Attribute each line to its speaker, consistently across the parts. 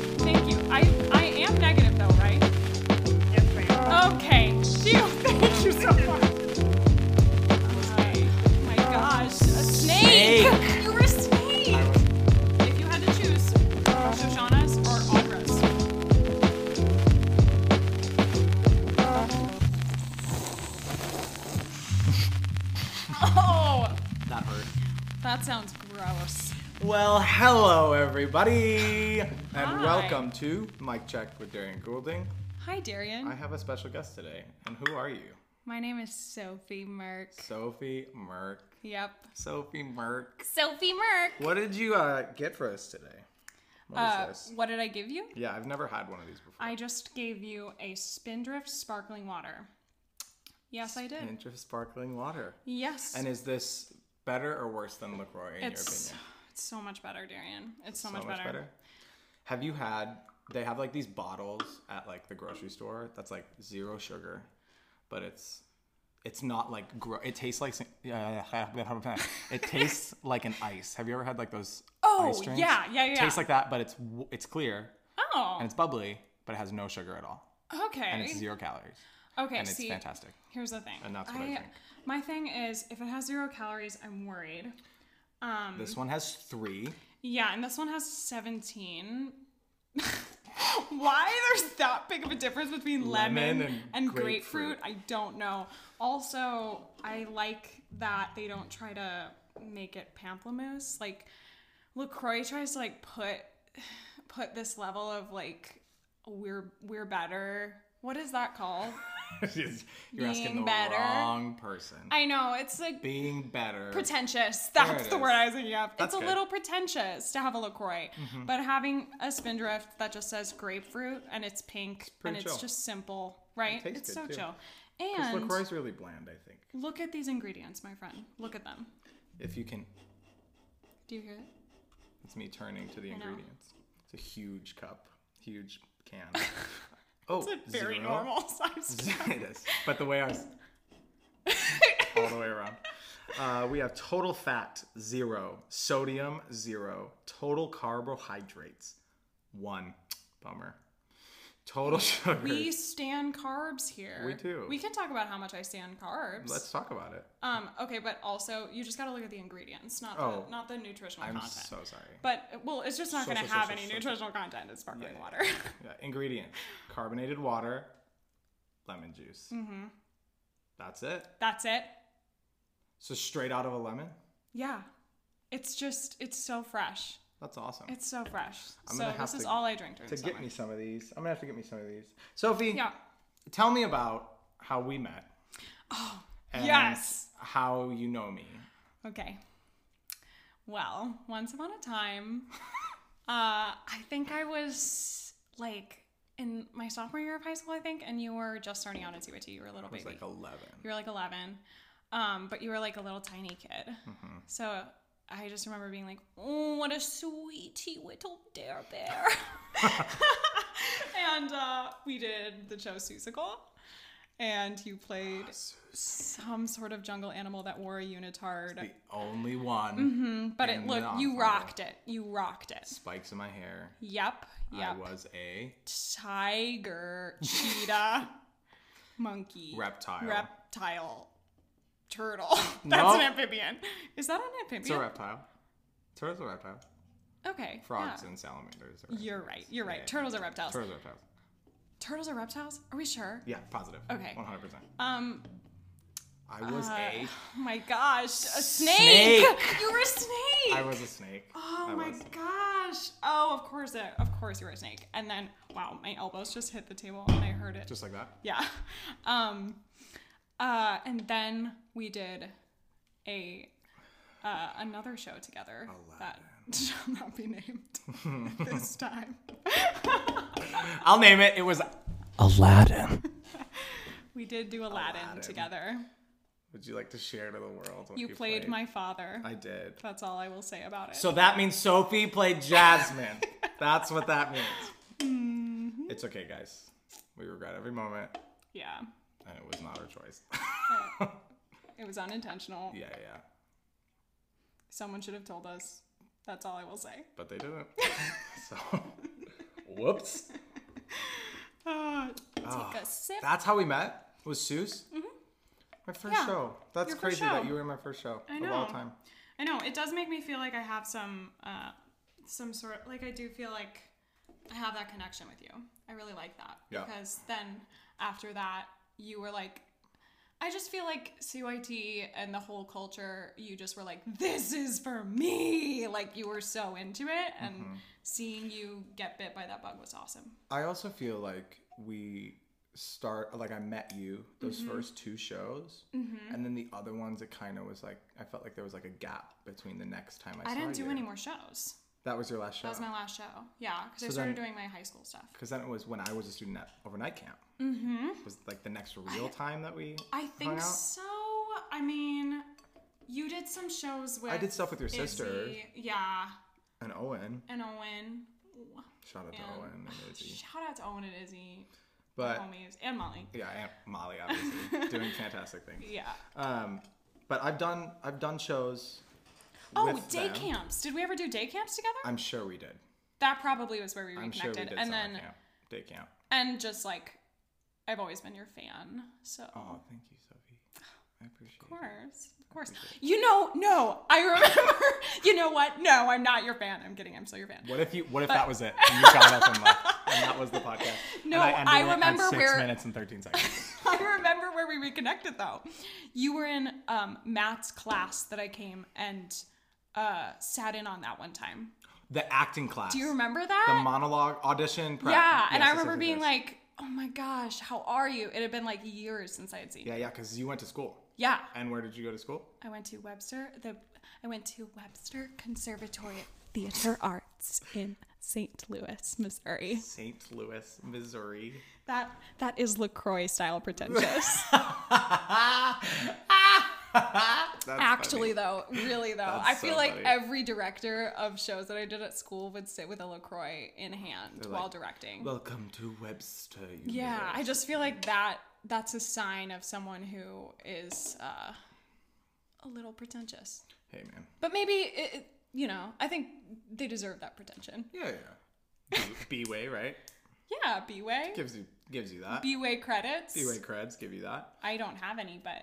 Speaker 1: Oh
Speaker 2: that
Speaker 1: Oh,
Speaker 2: hurt.
Speaker 1: That sounds gross.
Speaker 3: Well, hello everybody, and
Speaker 1: Hi.
Speaker 3: welcome to Mic Check with Darian Goulding.
Speaker 1: Hi, Darian.
Speaker 3: I have a special guest today, and who are you?
Speaker 1: My name is Sophie Merck.
Speaker 3: Sophie Merck.
Speaker 1: Yep.
Speaker 3: Sophie Merck.
Speaker 1: Sophie Merck.
Speaker 3: What did you uh, get for us today? What is
Speaker 1: Uh,
Speaker 3: this?
Speaker 1: what did I give you?
Speaker 3: Yeah, I've never had one of these before.
Speaker 1: I just gave you a Spindrift sparkling water. Yes, I did.
Speaker 3: Pinch of sparkling water.
Speaker 1: Yes.
Speaker 3: And is this better or worse than Lacroix in
Speaker 1: it's,
Speaker 3: your opinion?
Speaker 1: it's so much better, Darian. It's so,
Speaker 3: So much better. Have you had? They have like these bottles at like the grocery store that's like zero sugar, but it's it's not like gro- it tastes like uh, it tastes like an ice. Have you ever had like those?
Speaker 1: Oh,
Speaker 3: ice drinks?
Speaker 1: yeah, yeah, yeah.
Speaker 3: Tastes like that, but it's w- it's clear
Speaker 1: Oh,
Speaker 3: and it's bubbly, but it has no sugar at all,
Speaker 1: okay.
Speaker 3: and it's zero calories,
Speaker 1: okay,
Speaker 3: and it's
Speaker 1: see,
Speaker 3: fantastic.
Speaker 1: here's the thing.
Speaker 3: And that's what I drink.
Speaker 1: My thing is, if it has zero calories, I'm worried. um,
Speaker 3: This one has three.
Speaker 1: Yeah, and this one has 17. Why there's that big of a difference between lemon,
Speaker 3: Lemon
Speaker 1: and,
Speaker 3: and
Speaker 1: grapefruit.
Speaker 3: grapefruit.
Speaker 1: I don't know. Also, I like that they don't try to make it pamplemousse. Like LaCroix tries to like put put this level of like we're we're better. What is that called?
Speaker 3: You're asking
Speaker 1: Being
Speaker 3: the
Speaker 1: better.
Speaker 3: wrong person.
Speaker 1: I know, it's like
Speaker 3: Being better.
Speaker 1: pretentious.
Speaker 3: it
Speaker 1: That's the
Speaker 3: is.
Speaker 1: word I was thinking of. it's
Speaker 3: That's
Speaker 1: a
Speaker 3: good. Mm-hmm.
Speaker 1: little pretentious to have a LaCroix, but having a Spindrift that just says grapefruit and it's pink and
Speaker 3: pretty
Speaker 1: it's
Speaker 3: chill.
Speaker 1: just simple, right?
Speaker 3: tastes
Speaker 1: It's
Speaker 3: good,
Speaker 1: so
Speaker 3: too.
Speaker 1: chill.
Speaker 3: This
Speaker 1: And
Speaker 3: LaCroix's really bland, I think.
Speaker 1: look at these ingredients, my friend. Look at them.
Speaker 3: If you can
Speaker 1: Do you hear that?
Speaker 3: It's me turning to the
Speaker 1: know.
Speaker 3: ingredients. It's a huge cup, huge can. Oh,
Speaker 1: It's a very
Speaker 3: zero.
Speaker 1: normal size.
Speaker 3: it is. But the way ours, all the way around. Uh, we have total fat zero, sodium zero, total carbohydrates one. Bummer. Total sugar.
Speaker 1: we stand carbs here.
Speaker 3: We do.
Speaker 1: We can talk about how much I stand carbs.
Speaker 3: Let's talk about it.
Speaker 1: um, okay, but also you just gotta look at the ingredients, not
Speaker 3: Oh.
Speaker 1: the not the nutritional
Speaker 3: I'm
Speaker 1: content.
Speaker 3: so sorry.
Speaker 1: but well, it's just not
Speaker 3: So,
Speaker 1: gonna
Speaker 3: so, so,
Speaker 1: have
Speaker 3: so,
Speaker 1: any
Speaker 3: so, so.
Speaker 1: nutritional content. It's sparkling
Speaker 3: Yeah,
Speaker 1: water.
Speaker 3: Yeah, ingredients: carbonated water, lemon juice. Mm-hmm. That's it.
Speaker 1: That's it.
Speaker 3: So straight out of a lemon.
Speaker 1: Yeah. It's just it's so fresh.
Speaker 3: That's awesome.
Speaker 1: It's so fresh.
Speaker 3: I'm
Speaker 1: so
Speaker 3: gonna have
Speaker 1: this is
Speaker 3: to-
Speaker 1: all I drink during
Speaker 3: to
Speaker 1: the summer.
Speaker 3: get me some of these. I'm gonna have to get me some of these. Sophie,
Speaker 1: Yeah.
Speaker 3: tell me about how we met. Oh,
Speaker 1: yes.
Speaker 3: How you know me?
Speaker 1: Okay. Well, once upon a time, uh, I think I was like in my sophomore year of high school, I think, and you were just starting out at CYT. You were a little
Speaker 3: I was
Speaker 1: baby.
Speaker 3: like 11.
Speaker 1: you were like 11, um, but you were like a little tiny kid.
Speaker 3: Mm-hmm.
Speaker 1: So I just remember being like, oh, what a sweetie little dare bear. and uh, we did the show Seussical, and you played
Speaker 3: Ah,
Speaker 1: some sort of jungle animal that wore a
Speaker 3: The
Speaker 1: unitard.
Speaker 3: only one.
Speaker 1: But it
Speaker 3: in
Speaker 1: looked,
Speaker 3: the
Speaker 1: you
Speaker 3: ensemble.
Speaker 1: rocked it. You rocked it.
Speaker 3: Spikes in my hair.
Speaker 1: Yep,
Speaker 3: I
Speaker 1: yep.
Speaker 3: was a
Speaker 1: Tiger, cheetah, monkey,
Speaker 3: Reptile.
Speaker 1: reptile, turtle. That's
Speaker 3: No.
Speaker 1: an amphibian. Is that an amphibian?
Speaker 3: it's a reptile. Turtles are reptile.
Speaker 1: Okay.
Speaker 3: Frogs
Speaker 1: yeah.
Speaker 3: and salamanders. Are
Speaker 1: You're right. You're right.
Speaker 3: Yeah.
Speaker 1: Turtles are reptiles.
Speaker 3: Turtles are reptiles.
Speaker 1: Turtles are reptiles? Are we sure?
Speaker 3: Yeah, positive.
Speaker 1: Okay.
Speaker 3: 100%.
Speaker 1: Um.
Speaker 3: I was
Speaker 1: uh,
Speaker 3: a.
Speaker 1: oh my gosh, a snake!
Speaker 3: Snake.
Speaker 1: You were a snake.
Speaker 3: I was a snake.
Speaker 1: Oh
Speaker 3: I
Speaker 1: my
Speaker 3: was.
Speaker 1: gosh! Oh, of course, it, of course, you were a snake. And then, wow, my elbows just hit the table, and I heard it.
Speaker 3: Just like that.
Speaker 1: Yeah. Um uh and then we did a uh, another show together that shall not be named this time.
Speaker 3: I'll name it. It was.
Speaker 1: We did do Aladdin,
Speaker 3: Aladdin.
Speaker 1: together.
Speaker 3: Would you like to share to the world? what
Speaker 1: You, played, my father.
Speaker 3: I did.
Speaker 1: That's all I will say about it.
Speaker 3: So that means Sophie played Jasmine. That's what that means.
Speaker 1: Mm-hmm.
Speaker 3: It's okay, guys. We regret every moment,
Speaker 1: yeah.
Speaker 3: and it was not our choice.
Speaker 1: It was unintentional.
Speaker 3: yeah, yeah.
Speaker 1: Someone should have told us. That's all I will say.
Speaker 3: But they didn't. So, whoops. Ah.
Speaker 1: Uh, take a sip.
Speaker 3: That's how we met. Was Seuss? My first
Speaker 1: Mm-hmm. Yeah,
Speaker 3: show. That's
Speaker 1: your
Speaker 3: crazy
Speaker 1: first
Speaker 3: that
Speaker 1: show.
Speaker 3: you were in my first show
Speaker 1: I
Speaker 3: of all
Speaker 1: know.
Speaker 3: time.
Speaker 1: I know it does make me feel like I have some uh, some sort like I do feel like I have that connection with you. I really like that
Speaker 3: Yeah.
Speaker 1: because then after that you were like I just feel like CYT and the whole culture, you just were like, this is for me. Like you were so into it, and
Speaker 3: Mm-hmm.
Speaker 1: seeing you get bit by that bug was awesome.
Speaker 3: I also feel like we start like I met you those
Speaker 1: Mm-hmm.
Speaker 3: first two shows, and then the other ones it kind of was like I felt like there was like a gap between the next time I,
Speaker 1: I
Speaker 3: saw
Speaker 1: didn't do
Speaker 3: you.
Speaker 1: any more shows.
Speaker 3: That was your last show.
Speaker 1: That was my last show. Yeah, because I
Speaker 3: So
Speaker 1: started
Speaker 3: then-
Speaker 1: doing my high school stuff.
Speaker 3: Because then it was when I was a student at overnight camp. Mm-hmm. Was like the next real time that we.
Speaker 1: I
Speaker 3: hung
Speaker 1: think
Speaker 3: out.
Speaker 1: so. I mean, you did some shows with.
Speaker 3: I did stuff with your sister
Speaker 1: Izzy, Yeah,
Speaker 3: and Owen.
Speaker 1: and Owen.
Speaker 3: Shout out to
Speaker 1: And-
Speaker 3: Owen and Izzy.
Speaker 1: Shout out to Owen and Izzy,
Speaker 3: But
Speaker 1: homies, and Molly.
Speaker 3: yeah, Aunt Molly obviously doing fantastic things.
Speaker 1: Yeah.
Speaker 3: Um, but I've done I've done shows.
Speaker 1: Oh,
Speaker 3: with
Speaker 1: day
Speaker 3: them.
Speaker 1: camps. Did we ever do day camps together?
Speaker 3: I'm sure we did.
Speaker 1: that probably was where we
Speaker 3: I'm
Speaker 1: reconnected.
Speaker 3: sure we did.
Speaker 1: and
Speaker 3: summer
Speaker 1: then,
Speaker 3: camp, day camp.
Speaker 1: and just like, I've always been your fan. So,
Speaker 3: Oh, thank you, Sophie. I appreciate.
Speaker 1: of
Speaker 3: it.
Speaker 1: course. Of course. You know, no, I remember. you know what? No, I'm not your fan. I'm kidding. I'm still your fan.
Speaker 3: What if you? What if that was it? And you got up and left, and that was the podcast.
Speaker 1: No,
Speaker 3: and I, ended
Speaker 1: I
Speaker 3: it at
Speaker 1: remember
Speaker 3: six
Speaker 1: where-
Speaker 3: minutes and thirteen seconds.
Speaker 1: I remember where we reconnected though. You were in um, Matt's class that I came and uh, sat in on that one time.
Speaker 3: the acting class.
Speaker 1: Do you remember
Speaker 3: the
Speaker 1: that?
Speaker 3: monologue audition? Prep.
Speaker 1: yeah, and
Speaker 3: Yes,
Speaker 1: I
Speaker 3: yes,
Speaker 1: remember
Speaker 3: yes,
Speaker 1: being
Speaker 3: yes.
Speaker 1: like, "Oh my gosh, how are you?" It had been like years since I had seen. you.
Speaker 3: Yeah, yeah, because you went to school.
Speaker 1: yeah.
Speaker 3: And where did you go to school?
Speaker 1: I went to Webster. The I went to Webster Conservatory of Theater Arts in St. Louis, Missouri.
Speaker 3: St. Louis, Missouri.
Speaker 1: That that is Lacroix style pretentious.
Speaker 3: That's
Speaker 1: Actually, though, really though, I
Speaker 3: so
Speaker 1: feel like
Speaker 3: funny.
Speaker 1: every director of shows that I did at school would sit with a Lacroix in hand
Speaker 3: They're
Speaker 1: while
Speaker 3: like,
Speaker 1: directing.
Speaker 3: Welcome to Webster.
Speaker 1: yeah, I
Speaker 3: University."
Speaker 1: just feel like that. That's a sign of someone who is uh, a little pretentious.
Speaker 3: Hey, man.
Speaker 1: But maybe it, it- you know, I think they deserve that pretension.
Speaker 3: Yeah, yeah. B way, right?
Speaker 1: Yeah, B way.
Speaker 3: Gives you gives you that. B
Speaker 1: B way credits.
Speaker 3: way creds give you that.
Speaker 1: I don't have any, but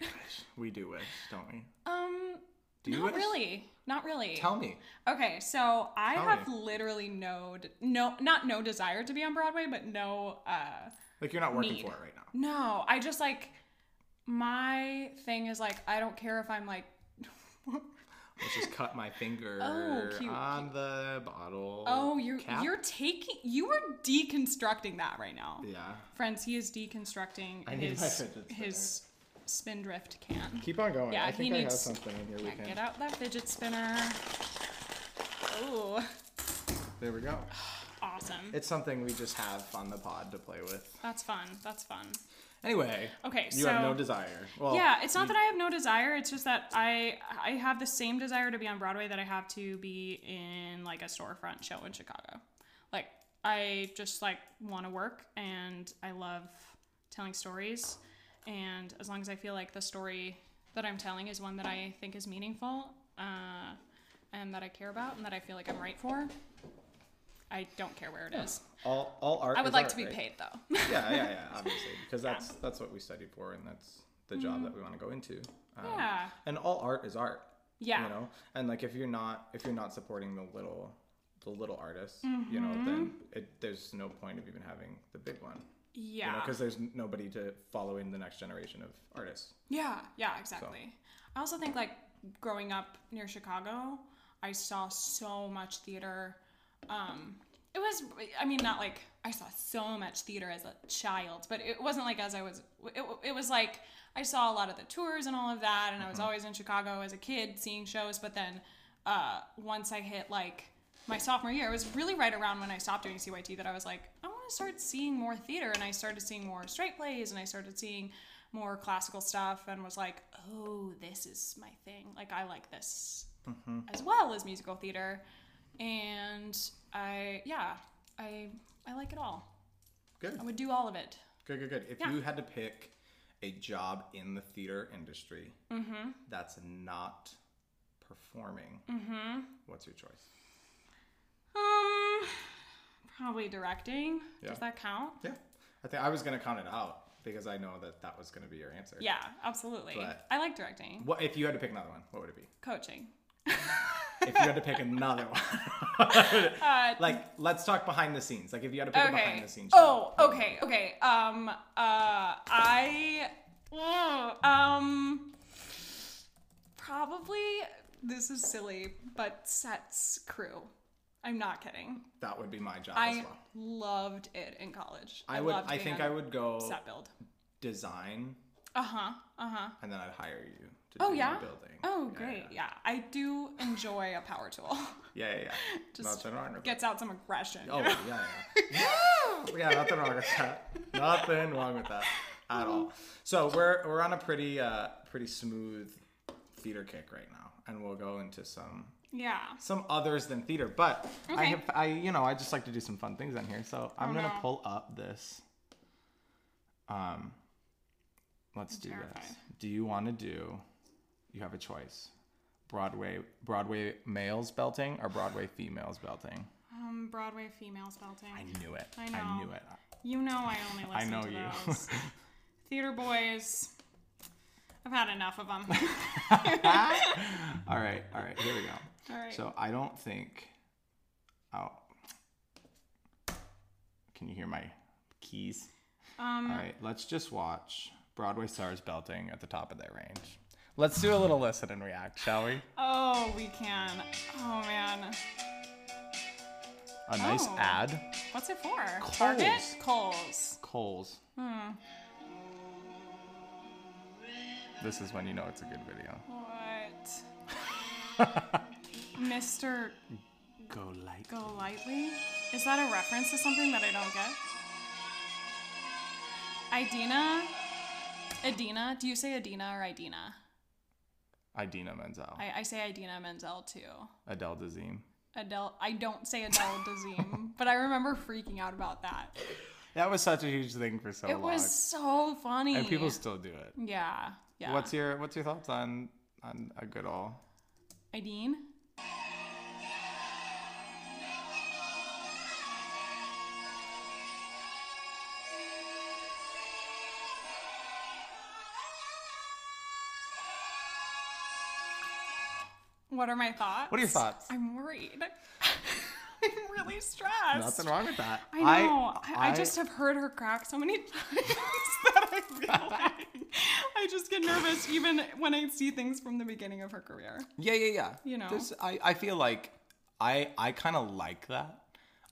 Speaker 3: We wish. We do wish, don't we?
Speaker 1: um,
Speaker 3: Do you
Speaker 1: not
Speaker 3: wish?
Speaker 1: really, not really.
Speaker 3: Tell me.
Speaker 1: Okay, so I
Speaker 3: Tell
Speaker 1: have
Speaker 3: me.
Speaker 1: literally no, d- no, not no desire to be on Broadway, but no, uh,
Speaker 3: Like you're not working
Speaker 1: Need.
Speaker 3: for it right now.
Speaker 1: no. I just like my thing is like I don't care if I'm like,
Speaker 3: Let's just cut my finger
Speaker 1: Oh, cute,
Speaker 3: on the bottle.
Speaker 1: oh, you're
Speaker 3: cap.
Speaker 1: you're taking, you are deconstructing that right now,
Speaker 3: Yeah.
Speaker 1: friends. He is deconstructing
Speaker 3: I need my
Speaker 1: his
Speaker 3: fidget spinner.
Speaker 1: his spindrift can.
Speaker 3: Keep on going.
Speaker 1: Yeah,
Speaker 3: I think
Speaker 1: he
Speaker 3: I
Speaker 1: needs-
Speaker 3: have something in here we
Speaker 1: Yeah,
Speaker 3: can.
Speaker 1: get out that fidget spinner. Oh,
Speaker 3: There we go.
Speaker 1: awesome.
Speaker 3: It's something we just have on the pod to play with.
Speaker 1: That's fun. That's fun.
Speaker 3: Anyway,
Speaker 1: Okay,
Speaker 3: you
Speaker 1: so
Speaker 3: have no desire. Well,
Speaker 1: yeah, it's not that I have no desire. It's just that I I have the same desire to be on Broadway that I have to be in like a storefront show in Chicago. Like I just like want to work and I love telling stories and as long as I feel like the story that I'm telling is one that I think is meaningful uh, and that I care about and that I feel like I'm right for, I don't care where it is.
Speaker 3: all all art.
Speaker 1: I would
Speaker 3: is
Speaker 1: like
Speaker 3: art,
Speaker 1: to be
Speaker 3: right?
Speaker 1: paid though.
Speaker 3: yeah, yeah, yeah, obviously, because that's that's what we study for, and that's the job that we want to go into. Um,
Speaker 1: Mm-hmm. yeah.
Speaker 3: And all art is art,
Speaker 1: Yeah.
Speaker 3: you know. And like, if you're not if you're not supporting the little the little artists, you know,
Speaker 1: Mm-hmm.
Speaker 3: then it, there's no point of even having the big one,
Speaker 1: yeah.
Speaker 3: you know, because there's nobody to follow in the next generation of artists.
Speaker 1: Yeah, yeah, exactly. I also think like growing up near Chicago, I saw so much theater. Um, it was, I mean, not like I saw so much theater as a child, but it wasn't like as I was. It, it was like I saw a lot of the tours and all of that, and I was always in Chicago as a kid seeing shows. But then uh, once I hit like my sophomore year, it was really right around when I stopped doing CYT that I was like, I want to start seeing more theater. And I started seeing more straight plays and I started seeing more classical stuff and was like, oh, this is my thing. Like, I like this as well as musical theater. And I, yeah, I, I like it all.
Speaker 3: Good,
Speaker 1: I would do all of it.
Speaker 3: good, good, good. If
Speaker 1: Um, Yeah.
Speaker 3: you had to pick a job in the theater industry
Speaker 1: Mm-hmm.
Speaker 3: that's not performing,
Speaker 1: Mm-hmm.
Speaker 3: what's your choice?
Speaker 1: Um, probably directing.
Speaker 3: Yeah.
Speaker 1: Does that count?
Speaker 3: Yeah, I think I was gonna count it out because I know that that was gonna be your answer.
Speaker 1: Yeah, absolutely.
Speaker 3: But-
Speaker 1: I like directing.
Speaker 3: What if you had to pick another one? What would it be?
Speaker 1: Coaching.
Speaker 3: If you had to pick another one,
Speaker 1: Uh,
Speaker 3: like let's talk behind the scenes. Like if you had to pick a behind the scenes.
Speaker 1: Oh, okay, okay. Um, uh, I Ugh, um, probably this is silly, but Sets Crew. I'm not kidding.
Speaker 3: That would be my job as
Speaker 1: I
Speaker 3: well.
Speaker 1: loved it in college.
Speaker 3: I would.
Speaker 1: Loved
Speaker 3: I
Speaker 1: being
Speaker 3: think
Speaker 1: on
Speaker 3: I would go
Speaker 1: set build.
Speaker 3: design,
Speaker 1: Uh huh. Uh huh.
Speaker 3: and then I'd hire you to
Speaker 1: Oh
Speaker 3: do
Speaker 1: yeah.
Speaker 3: the building.
Speaker 1: Oh
Speaker 3: Yeah,
Speaker 1: great.
Speaker 3: yeah.
Speaker 1: Yeah, I do enjoy a power tool.
Speaker 3: Yeah, yeah. yeah.
Speaker 1: Just
Speaker 3: nothing wrong with
Speaker 1: Gets out some aggression.
Speaker 3: that. Oh yeah, yeah. yeah, nothing wrong with that. Nothing wrong with that at all. So we're we're on a pretty uh pretty smooth theater kick right now, and we'll go into some
Speaker 1: yeah.
Speaker 3: some others than theater. But I
Speaker 1: Okay.
Speaker 3: have I you know I just like to do some fun things on here, so I'm
Speaker 1: Oh,
Speaker 3: gonna
Speaker 1: no.
Speaker 3: pull up this. Um, let's do this.
Speaker 1: terrified.
Speaker 3: Do you want to do? You have a choice. Broadway Broadway males belting or Broadway females belting.
Speaker 1: Um, Broadway females belting.
Speaker 3: I knew it.
Speaker 1: I
Speaker 3: I
Speaker 1: know.
Speaker 3: knew it.
Speaker 1: You know I only listen
Speaker 3: I know
Speaker 1: to
Speaker 3: you.
Speaker 1: those. Theater boys. I've had enough of them.
Speaker 3: all right, all right, here we go.
Speaker 1: All right.
Speaker 3: So I don't think. Oh, can you hear my keys?
Speaker 1: um,
Speaker 3: All right, let's just watch Broadway stars belting at the top of their range. Let's do a little listen and react, shall we?
Speaker 1: Oh, we can. Oh man.
Speaker 3: A nice
Speaker 1: Oh.
Speaker 3: ad.
Speaker 1: What's it for? Target. Coles.
Speaker 3: Coles.
Speaker 1: Hmm.
Speaker 3: This is when you know it's a good video.
Speaker 1: What? Mr.
Speaker 3: Go light.
Speaker 1: Go lightly. Is that a reference to something that I don't get? Idina. Idina. Do you say Idina or Idina?
Speaker 3: Idina Menzel.
Speaker 1: I, I say Idina Menzel too.
Speaker 3: Adele Dazeem.
Speaker 1: Adele. I don't say Adele Dazeem, but I remember freaking out about that.
Speaker 3: That was such a huge thing for so
Speaker 1: It
Speaker 3: long.
Speaker 1: was so funny.
Speaker 3: and people still do it.
Speaker 1: yeah. Yeah.
Speaker 3: What's your What's your thoughts on on a good all?
Speaker 1: Ideen? What are my thoughts?
Speaker 3: What are your thoughts?
Speaker 1: I'm worried. I'm really stressed.
Speaker 3: Nothing wrong with that.
Speaker 1: I know. I, I, just have heard her crack so many times that I feel like I just get nervous even when I see things from the beginning of her career.
Speaker 3: Yeah, yeah, yeah.
Speaker 1: You know?
Speaker 3: There's- I, I feel like I I kind of like that.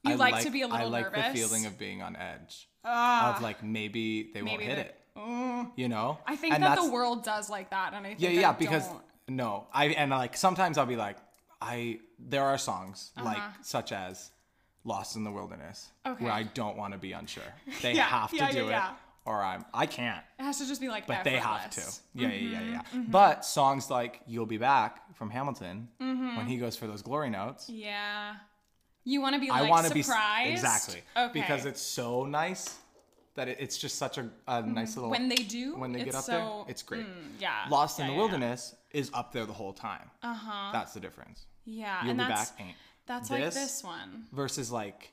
Speaker 1: You
Speaker 3: I
Speaker 1: like to be a
Speaker 3: I
Speaker 1: little
Speaker 3: like the
Speaker 1: nervous?
Speaker 3: feeling of being on edge.
Speaker 1: Ah,
Speaker 3: of like maybe they won't
Speaker 1: maybe
Speaker 3: hit
Speaker 1: they-
Speaker 3: it. You know?
Speaker 1: I think
Speaker 3: and
Speaker 1: that
Speaker 3: that's-
Speaker 1: the world does like that, and I think
Speaker 3: Yeah,
Speaker 1: that
Speaker 3: yeah,
Speaker 1: it
Speaker 3: because
Speaker 1: don't.
Speaker 3: no. I and like sometimes I'll be like I there are songs
Speaker 1: Uh-huh.
Speaker 3: like such as Lost in the Wilderness
Speaker 1: Okay.
Speaker 3: where I don't want to be unsure. They
Speaker 1: Yeah,
Speaker 3: have to
Speaker 1: yeah,
Speaker 3: do
Speaker 1: yeah,
Speaker 3: it
Speaker 1: yeah.
Speaker 3: or I'm I can't.
Speaker 1: it has to just be like,
Speaker 3: But they have to.
Speaker 1: effortless. Mm-hmm.
Speaker 3: Yeah, yeah, yeah, yeah. But songs like "You'll Be Back" from Hamilton,
Speaker 1: Mm-hmm.
Speaker 3: when he goes for those glory notes,
Speaker 1: Yeah, you want to be.
Speaker 3: I
Speaker 1: Like,
Speaker 3: want to be s-
Speaker 1: surprised.
Speaker 3: exactly
Speaker 1: Okay.
Speaker 3: because it's so nice that it, it's just such a, a nice little
Speaker 1: Mm-hmm. when they do,
Speaker 3: when they
Speaker 1: it's
Speaker 3: get up
Speaker 1: so, mm,
Speaker 3: there, it's great.
Speaker 1: yeah.
Speaker 3: Lost
Speaker 1: yeah,
Speaker 3: in the
Speaker 1: yeah, Uh-huh.
Speaker 3: Wilderness is up there the whole time. Uh huh. That's the difference.
Speaker 1: Yeah,
Speaker 3: You'll
Speaker 1: and
Speaker 3: be
Speaker 1: that's
Speaker 3: back ain't.
Speaker 1: that's like
Speaker 3: This-
Speaker 1: this one,
Speaker 3: versus like,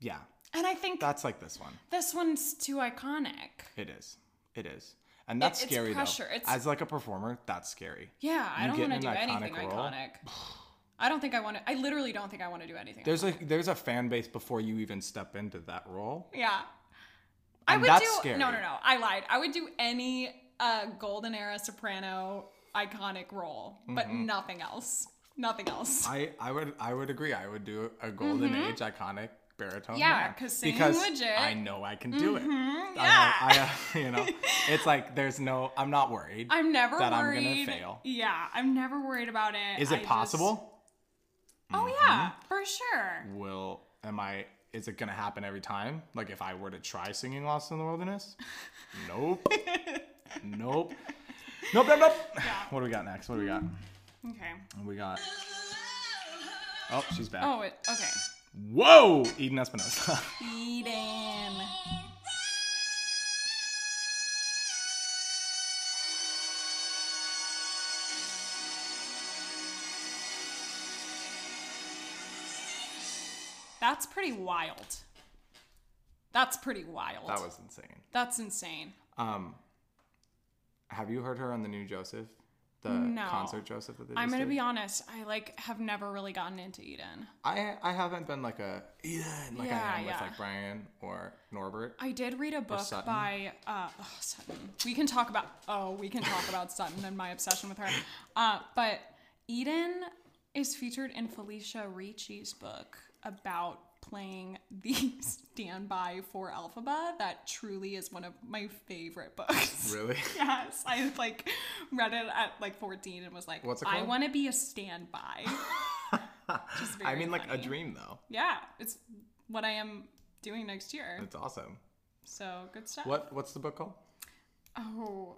Speaker 3: yeah,
Speaker 1: and I think
Speaker 3: that's like this one.
Speaker 1: this one's too iconic.
Speaker 3: It is. It is. And that's
Speaker 1: it's
Speaker 3: scary
Speaker 1: pressure.
Speaker 3: though.
Speaker 1: It's-
Speaker 3: As like a performer, that's scary.
Speaker 1: Yeah, I don't
Speaker 3: get
Speaker 1: want to
Speaker 3: an
Speaker 1: do
Speaker 3: iconic
Speaker 1: anything
Speaker 3: role.
Speaker 1: iconic. I don't think I want to. I literally don't think I want to do anything.
Speaker 3: There's like there's a fan base before you even step into that role.
Speaker 1: yeah, I
Speaker 3: And
Speaker 1: would
Speaker 3: that's
Speaker 1: do.
Speaker 3: scary.
Speaker 1: No, no, no. I lied. I would do any uh, golden era soprano iconic role, but nothing else. Nothing else.
Speaker 3: Mm-hmm. I, I would I would agree. I would do a golden age iconic baritone.
Speaker 1: Mm-hmm. Yeah,
Speaker 3: man,
Speaker 1: 'cause singing legit. Mm-hmm.
Speaker 3: I know I can do it.
Speaker 1: yeah.
Speaker 3: I, know- I, you know, it's like there's no. I'm not worried.
Speaker 1: I'm never
Speaker 3: that I'm gonna
Speaker 1: worried.
Speaker 3: fail.
Speaker 1: Yeah, I'm never worried about it.
Speaker 3: Is
Speaker 1: I
Speaker 3: it
Speaker 1: just-
Speaker 3: possible? Mm-hmm.
Speaker 1: oh yeah, for sure.
Speaker 3: Will am I? Is it gonna happen every time? Like if I were to try singing "Lost in the Wilderness"? Nope. nope. Nope. Nope. Nope. What do we got next? What do we got?
Speaker 1: Okay.
Speaker 3: We got. Oh, she's back.
Speaker 1: Oh, it, okay.
Speaker 3: Whoa, Eden Espinosa.
Speaker 1: Eden. That's pretty wild. That's pretty wild.
Speaker 3: that was insane.
Speaker 1: That's insane.
Speaker 3: Um, have you heard her on the new Joseph? The
Speaker 1: No.
Speaker 3: concert Joseph that they
Speaker 1: I'm
Speaker 3: just
Speaker 1: gonna
Speaker 3: did?
Speaker 1: be honest. I like have never really gotten into Eden.
Speaker 3: I I haven't been like a Ethan like
Speaker 1: Yeah,
Speaker 3: I am
Speaker 1: yeah.
Speaker 3: with like Brian or Norbert.
Speaker 1: I did read a book
Speaker 3: Sutton.
Speaker 1: by uh, oh, Sutton. We can talk about oh, we can talk about Sutton and my obsession with her. Uh, but Eden is featured in Felicia Ricci's book about playing the standby for Alphaba. That truly is one of my favorite books.
Speaker 3: Really?
Speaker 1: Yes, I like read it at like 14 and was like,
Speaker 3: What's it
Speaker 1: I
Speaker 3: called?
Speaker 1: want to be a standby. Which is
Speaker 3: I
Speaker 1: very
Speaker 3: mean like a
Speaker 1: funny.
Speaker 3: dream though.
Speaker 1: Yeah, it's what I am doing next year.
Speaker 3: It's awesome.
Speaker 1: So good stuff.
Speaker 3: What what's the book called?
Speaker 1: Oh.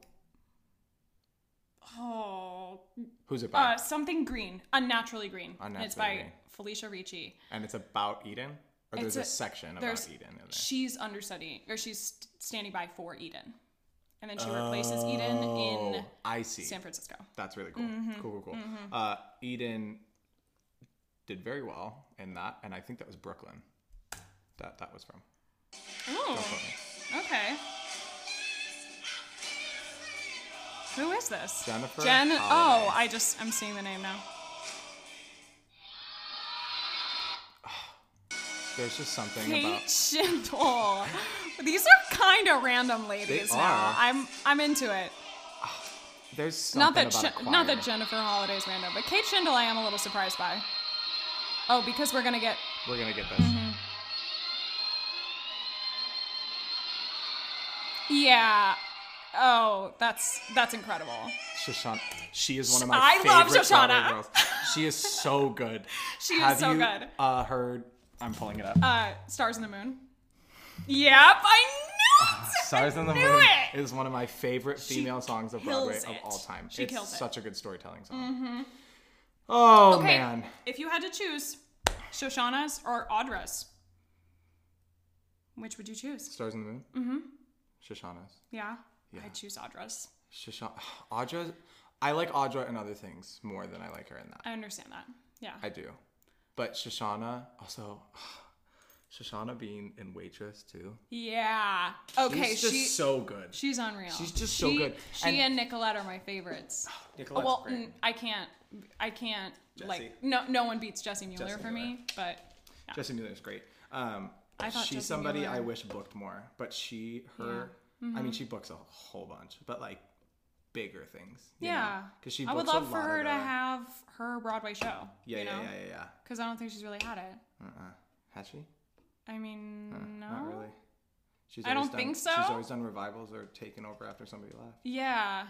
Speaker 1: Oh.
Speaker 3: Who's it by?
Speaker 1: Uh, something green. Unnaturally green. and it's by
Speaker 3: Unnaturally Green.
Speaker 1: Felicia Ricci.
Speaker 3: and it's about Eden? Or there's
Speaker 1: it's
Speaker 3: a,
Speaker 1: a-
Speaker 3: section about
Speaker 1: there's-
Speaker 3: Eden in there.
Speaker 1: She's understudying, or she's st- standing by for Eden. And then she replaces Eden in
Speaker 3: Oh, I see.
Speaker 1: San Francisco.
Speaker 3: That's really cool.
Speaker 1: Mm-hmm.
Speaker 3: Cool, cool, cool. Uh, Eden did very well in that, and I think that was Brooklyn. That that was from.
Speaker 1: Ooh. Oh. Okay. Who is this?
Speaker 3: Jennifer
Speaker 1: Jen. Oh,
Speaker 3: Holliday.
Speaker 1: I just, I'm seeing the name now.
Speaker 3: There's just something
Speaker 1: Kate
Speaker 3: about
Speaker 1: Schindel. These are kind of random ladies now.
Speaker 3: are.
Speaker 1: I'm, I'm into it.
Speaker 3: there's something
Speaker 1: Not that
Speaker 3: about a
Speaker 1: Jen- not that
Speaker 3: choir.
Speaker 1: Jennifer Holiday's random, but Kate Schindel I am a little surprised by. Oh, because we're gonna get
Speaker 3: We're gonna get this.
Speaker 1: Mm-hmm. yeah. Oh, that's that's incredible.
Speaker 3: Shoshana. She is one of my
Speaker 1: I
Speaker 3: favorite
Speaker 1: love
Speaker 3: Broadway
Speaker 1: Shoshana.
Speaker 3: girls. She is so good.
Speaker 1: She is
Speaker 3: Have
Speaker 1: so
Speaker 3: you,
Speaker 1: good.
Speaker 3: Uh, heard? I'm pulling it up.
Speaker 1: Uh, Stars in the Moon. Yep, I knew it.
Speaker 3: Stars in the
Speaker 1: knew
Speaker 3: Moon
Speaker 1: it!
Speaker 3: is one of my favorite female songs of Broadway
Speaker 1: kills
Speaker 3: of
Speaker 1: it.
Speaker 3: all time.
Speaker 1: She
Speaker 3: it's
Speaker 1: kills it. Mm-hmm.
Speaker 3: such a good storytelling song. Oh
Speaker 1: Okay,
Speaker 3: man,
Speaker 1: if you had to choose Shoshana's or Audra's, which would you choose?
Speaker 3: Stars in the Moon. Mm-hmm. Shoshana's.
Speaker 1: Yeah, I'd choose Audra's.
Speaker 3: Shoshana. Audra. I like Audra and other things more than I like her in that.
Speaker 1: I understand that. Yeah.
Speaker 3: I do. But Shoshana also. Shoshana being in Waitress too.
Speaker 1: yeah. Okay.
Speaker 3: She's just
Speaker 1: she
Speaker 3: so good.
Speaker 1: she's unreal.
Speaker 3: She's just so
Speaker 1: She-
Speaker 3: good.
Speaker 1: She and, Nicolette are my favorites.
Speaker 3: Nicolette's
Speaker 1: well, mm,
Speaker 3: great.
Speaker 1: n- I can't. I can't.
Speaker 3: Jesse.
Speaker 1: Like no, no one beats Jesse Mueller
Speaker 3: Jesse
Speaker 1: for me. But yeah.
Speaker 3: Jesse Mueller is great. Um,
Speaker 1: I thought
Speaker 3: she's
Speaker 1: Jesse
Speaker 3: somebody
Speaker 1: Mueller-
Speaker 3: I wish booked more, but she, her, I
Speaker 1: Mm-hmm.
Speaker 3: mean, she books a whole bunch, but like bigger things.
Speaker 1: yeah,
Speaker 3: because she.
Speaker 1: I would
Speaker 3: books a
Speaker 1: love for
Speaker 3: lot of
Speaker 1: her to
Speaker 3: the-
Speaker 1: have her Broadway show. you
Speaker 3: Yeah, yeah,
Speaker 1: know?
Speaker 3: yeah, yeah, yeah.
Speaker 1: Because I don't think she's really had it.
Speaker 3: Uh-uh. Has she?
Speaker 1: I mean, no.
Speaker 3: Not really. She's
Speaker 1: Oh. I don't
Speaker 3: always done,
Speaker 1: think
Speaker 3: She's
Speaker 1: so.
Speaker 3: always done revivals or taken over after somebody left.
Speaker 1: Yeah,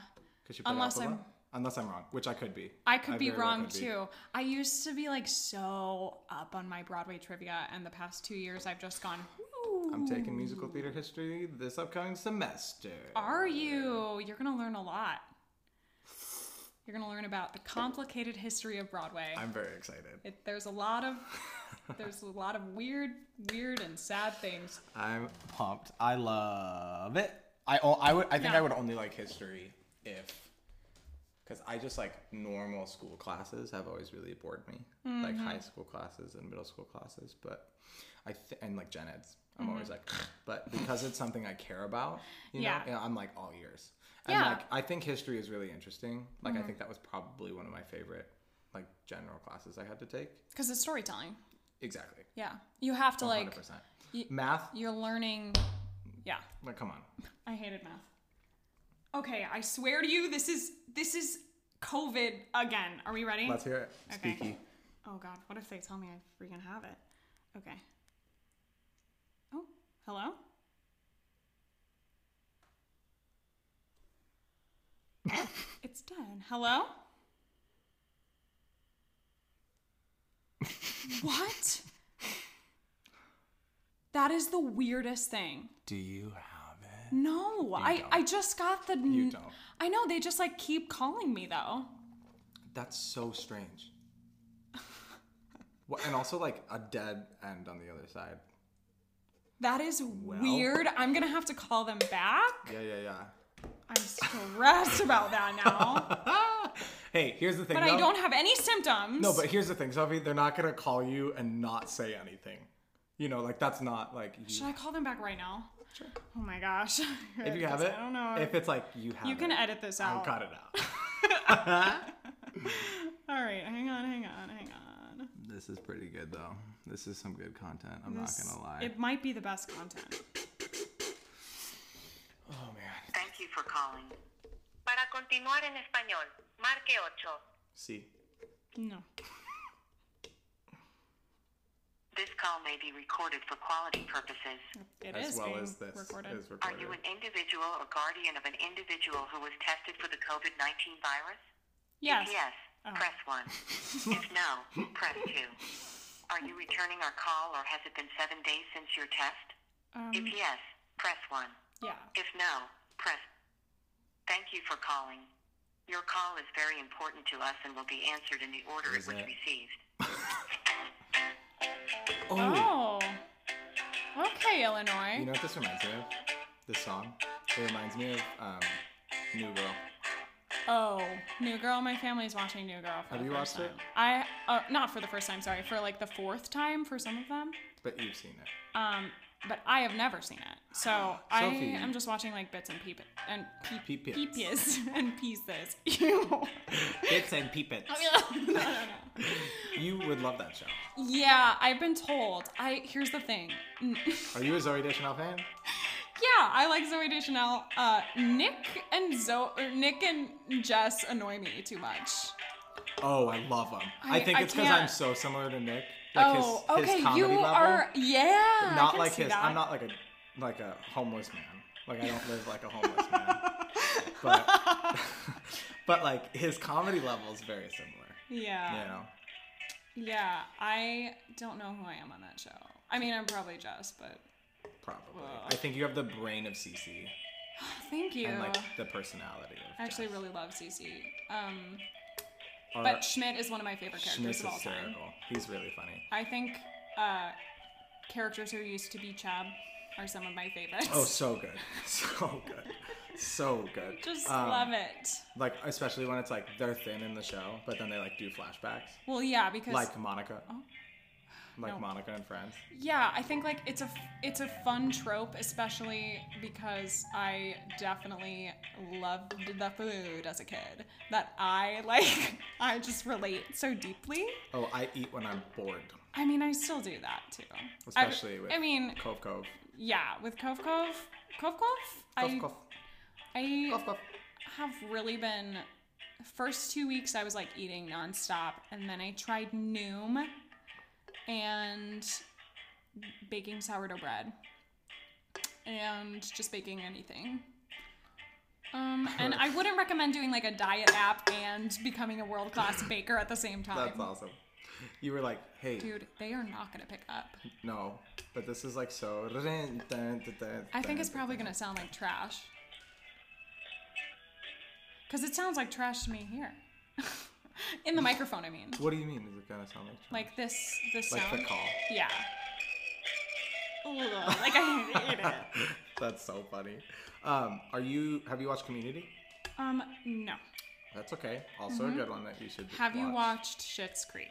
Speaker 3: Because she played
Speaker 1: Unless
Speaker 3: Alphaba?
Speaker 1: I'm-
Speaker 3: Unless I'm wrong, which I could be.
Speaker 1: I could be
Speaker 3: very well
Speaker 1: wrong
Speaker 3: could be.
Speaker 1: too. I used to be like so up on my Broadway trivia, and the past two years I've just gone. "Ooh,
Speaker 3: I'm taking musical theater history this upcoming semester.
Speaker 1: Are you? You're gonna learn a lot. You're gonna learn about the complicated history of Broadway.
Speaker 3: I'm very excited.
Speaker 1: It, there's a lot of there's a lot of weird, weird and sad things.
Speaker 3: I'm pumped. I love it. I o- I would I think
Speaker 1: Yeah.
Speaker 3: I would only like history if cuz I just like normal school classes have always really bored me. Like
Speaker 1: Mm-hmm.
Speaker 3: high school classes and middle school classes, but I th- and like gen eds. I'm
Speaker 1: Mm-hmm.
Speaker 3: always like but because it's something I care about, you
Speaker 1: Yeah.
Speaker 3: know, I'm like all ears. And
Speaker 1: Yeah. Mm-hmm.
Speaker 3: like I think history is really interesting. Like I think that was probably one of my favorite like general classes I had to take.
Speaker 1: Because it's storytelling.
Speaker 3: Exactly.
Speaker 1: Yeah, you have to like
Speaker 3: 100%.
Speaker 1: y-
Speaker 3: Math?
Speaker 1: you're learning. Yeah,
Speaker 3: Like come on.
Speaker 1: I hated math. Okay, I swear to you, this is this is COVID again. Are we ready?
Speaker 3: Let's hear it.
Speaker 1: Okay.
Speaker 3: Speaky.
Speaker 1: oh God, what if they tell me I freaking have it? Okay. Oh, hello. it's done. Hello. what? That is the weirdest thing.
Speaker 3: Do you have it?
Speaker 1: No, I,
Speaker 3: don't.
Speaker 1: I just got the.
Speaker 3: You don't.
Speaker 1: I know they just like keep calling me though.
Speaker 3: That's so strange. Wha- and also like a dead end on the other side.
Speaker 1: That is weird. I'm gonna have to call them back.
Speaker 3: Yeah, yeah,
Speaker 1: I'm stressed about that now.
Speaker 3: yeah. hey, here's the thing.
Speaker 1: But
Speaker 3: though.
Speaker 1: I don't have any symptoms.
Speaker 3: No, but here's the thing, Sophie. They're not gonna call you and not say anything. You know, like that's not like you.
Speaker 1: Should I call them back right now? Sure. Oh my gosh.
Speaker 3: if you have it,
Speaker 1: I don't know.
Speaker 3: If it's like you have,
Speaker 1: you can
Speaker 3: it,
Speaker 1: edit this
Speaker 3: I'll
Speaker 1: out.
Speaker 3: cut it out.
Speaker 1: All right, hang on, hang on, hang on.
Speaker 3: This is pretty good though. This is some good content. I'm
Speaker 1: This-
Speaker 3: not gonna lie.
Speaker 1: It might be the best content.
Speaker 3: oh man.
Speaker 2: Thank you for calling.
Speaker 4: Para continuar en español, marque 8.
Speaker 3: See.
Speaker 1: No.
Speaker 2: This call may be recorded for quality purposes.
Speaker 1: it is
Speaker 3: as well
Speaker 1: being
Speaker 3: as this
Speaker 1: recorded.
Speaker 3: is
Speaker 2: Are
Speaker 3: recorded.
Speaker 2: you an individual or guardian of an individual who was tested for the COVID 19 virus?
Speaker 1: yes.
Speaker 2: If yes,
Speaker 1: Oh.
Speaker 2: press 1. if no, press 2. Are you returning our call or has it been seven days since your test?
Speaker 1: Um,
Speaker 2: If yes, press 1.
Speaker 1: yeah.
Speaker 2: If no, press. Thank you for calling. Your call is very important to us and will be answered in the order
Speaker 3: Is
Speaker 2: in which
Speaker 3: it?
Speaker 2: received.
Speaker 3: oh.
Speaker 1: Oh. Okay, Illinois.
Speaker 3: You know what this reminds me of? This song. It reminds me of um, New Girl.
Speaker 1: oh, New Girl. My family's watching New Girl. For
Speaker 3: Have
Speaker 1: the
Speaker 3: you
Speaker 1: first
Speaker 3: watched
Speaker 1: time.
Speaker 3: it?
Speaker 1: I uh, not for the first time. Sorry, for like the fourth time for some of them.
Speaker 3: But you've seen it.
Speaker 1: Um, but I have never seen it, so I
Speaker 3: Sophie.
Speaker 1: am just watching like bits and peep and peep
Speaker 3: Peepits.
Speaker 1: peepies and pieces. Ew.
Speaker 3: Bits and peepits. You would love that show.
Speaker 1: yeah, I've been told. I here's the thing. N-
Speaker 3: Are you a Zoe Deschanel fan?
Speaker 1: Yeah, I like Zoe Deschanel. Uh, Nick and Zo- or Nick and Jess annoy me too much.
Speaker 3: Oh, I love him. I,
Speaker 1: I-
Speaker 3: think
Speaker 1: I
Speaker 3: it's because I'm
Speaker 1: can't.
Speaker 3: so similar to Nick. Like his,
Speaker 1: oh,
Speaker 3: his
Speaker 1: okay,
Speaker 3: comedy
Speaker 1: you
Speaker 3: level.
Speaker 1: are yeah. I
Speaker 3: not
Speaker 1: can
Speaker 3: like
Speaker 1: see
Speaker 3: his.
Speaker 1: that.
Speaker 3: I'm not like a like a homeless man. Like I don't live like a homeless man. But but like his comedy level is very similar.
Speaker 1: Yeah,
Speaker 3: You know.
Speaker 1: yeah. I don't know who I am on that show. I mean, I'm probably Jess, but
Speaker 3: Probably.
Speaker 1: Wow.
Speaker 3: I think you have the brain of CC
Speaker 1: thank you.
Speaker 3: and like the personality of.
Speaker 1: I actually
Speaker 3: Jess.
Speaker 1: really love Cece. Um,
Speaker 3: Our-
Speaker 1: but Schmidt is one of my favorite characters
Speaker 3: Schmidt's
Speaker 1: of all time.
Speaker 3: Uh, hysterical. He's really funny.
Speaker 1: I think uh, characters who used to be Chab are some of my favorites.
Speaker 3: Oh, so good, so good, so good.
Speaker 1: just
Speaker 3: Um,
Speaker 1: love it.
Speaker 3: Like especially when it's like they're thin in the show, but then they like do flashbacks,
Speaker 1: Well, yeah, because
Speaker 3: like Monica, like
Speaker 1: Oh. No.
Speaker 3: Monica and Friends.
Speaker 1: Yeah, I think like it's a it's a fun trope, especially because I definitely loved the food as a kid. That I like, I just relate so deeply.
Speaker 3: Oh, I eat when I'm bored,
Speaker 1: I mean, I still do that too. I-
Speaker 3: especially with.
Speaker 1: I mean,
Speaker 3: Cove Cove.
Speaker 1: yeah, with Cove Cove, Cove Cove, I,
Speaker 3: Cove Cove.
Speaker 1: I
Speaker 3: Cove Cove.
Speaker 1: have really been. First two weeks, I was like eating nonstop, and then I tried Noom and baking sourdough bread and just baking anything. Um, and I wouldn't recommend doing like a diet app and becoming a world class baker at the same time.
Speaker 3: That's awesome. You were like, hey,
Speaker 1: Dude, they are not gonna pick up.
Speaker 3: no, but this is like so.
Speaker 1: I think it's probably gonna sound like trash. Cause it sounds like trash to me here. In the microphone, I mean.
Speaker 3: What do you mean? Is it gonna sound like? trash?
Speaker 1: Like this, this
Speaker 3: Like the
Speaker 1: sound.
Speaker 3: call.
Speaker 1: Yeah. Ugh, like I hate it.
Speaker 3: That's so funny. Um, are you? Have you watched Community?
Speaker 1: Um, no.
Speaker 3: That's okay. Also a good one that you should.
Speaker 1: Mm-hmm. Have you watched Shit's Creek?